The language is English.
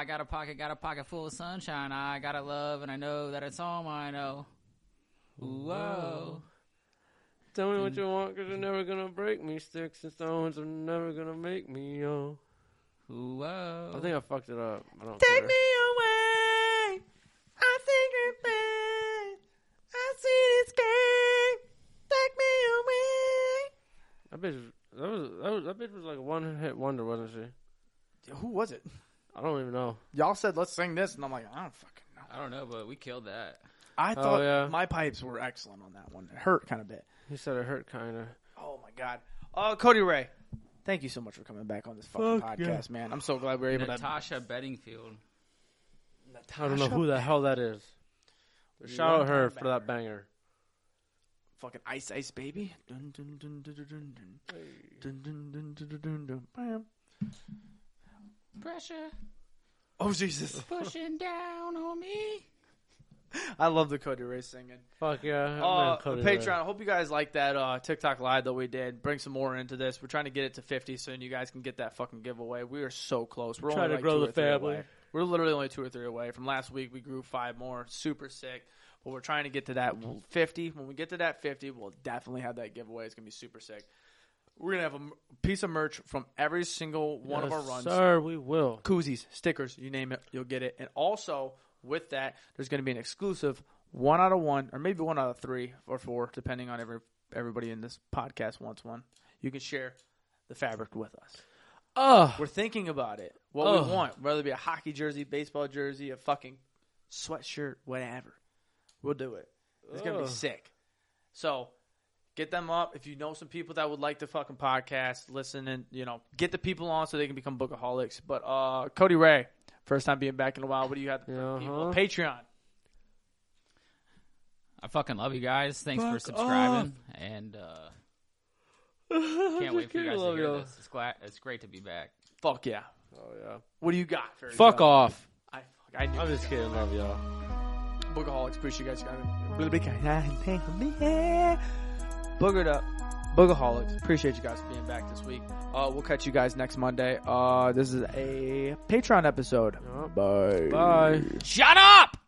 I got a pocket, got a pocket full of sunshine. I got a love, and I know that it's all mine. Oh, whoa. Tell me what you want, cause you're never gonna break me. Sticks and stones are never gonna make me. Oh, Whoa. I think I fucked it up. I don't Take care. me away. I think it bad. I see this game. Take me away. That bitch, that was, that was that bitch was like a one hit wonder, wasn't she? Who was it? I don't even know. Y'all said let's sing this, and I'm like, I don't fucking know. I don't know, but we killed that. I thought Oh, yeah. my pipes were excellent on that one. It hurt kind of bit. He said it hurt, kinda. Oh my god. Oh, Cody Ray. Thank you so much for coming back on this fucking Fuck yeah. podcast, man. I'm so glad we were able Natasha Bedingfield. I don't know who the hell that is. Shout out her for that banger. to fucking Ice Ice Baby. Dun, dun, dun, dun, dun, dun, dun. Dun, dun, dun, dun, dun, dun, dun. Bam. Pressure Oh Jesus. pushing down on me. I love the Cody Ray singing. Fuck yeah! Uh, man, Cody Ray. Patreon. I hope you guys like that uh, TikTok live that we did. Bring some more into this. We're trying to get it to 50 soon. You guys can get that fucking giveaway. We are so close. We're Try only to like grow two the or three family. away. We're literally only two or three away. From last week, we grew five more. Super sick. But we're trying to get to that 50. When we get to that 50, we'll definitely have that giveaway. It's gonna be super sick. We're gonna have a m- piece of merch from every single one of Yes, our runs Sir, we will. koozies, stickers, you name it, you'll get it. And also with that, there's going to be an exclusive one out of one, or maybe one out of three or four, depending on every everybody in this podcast wants one. You can share the fabric with us. Oh, We're thinking about it. What Ugh. we want, whether it be a hockey jersey, baseball jersey, a fucking sweatshirt, whatever. We'll do it. It's gonna be Ugh. sick. So get them up. If you know some people that would like the fucking podcast, listen and you know, get the people on so they can become bookaholics. But uh Cody Ray, first time being back in a while, what do you have to Uh-huh. people? Patreon. I fucking love you guys. Thanks for subscribing, and uh, can't wait for you guys to hear this. It's, glad, it's great to be back. Fuck yeah. Oh yeah. What do you got for Fuck off. I fuck I knew I'm just kidding. Love y'all. Bookaholics, appreciate you guys coming. Really big guy. Boogered up. Boogaholics, appreciate you guys being back this week. Uh, we'll catch you guys next Monday. Uh, this is a Patreon episode. Yup. Bye. Bye. Shut up!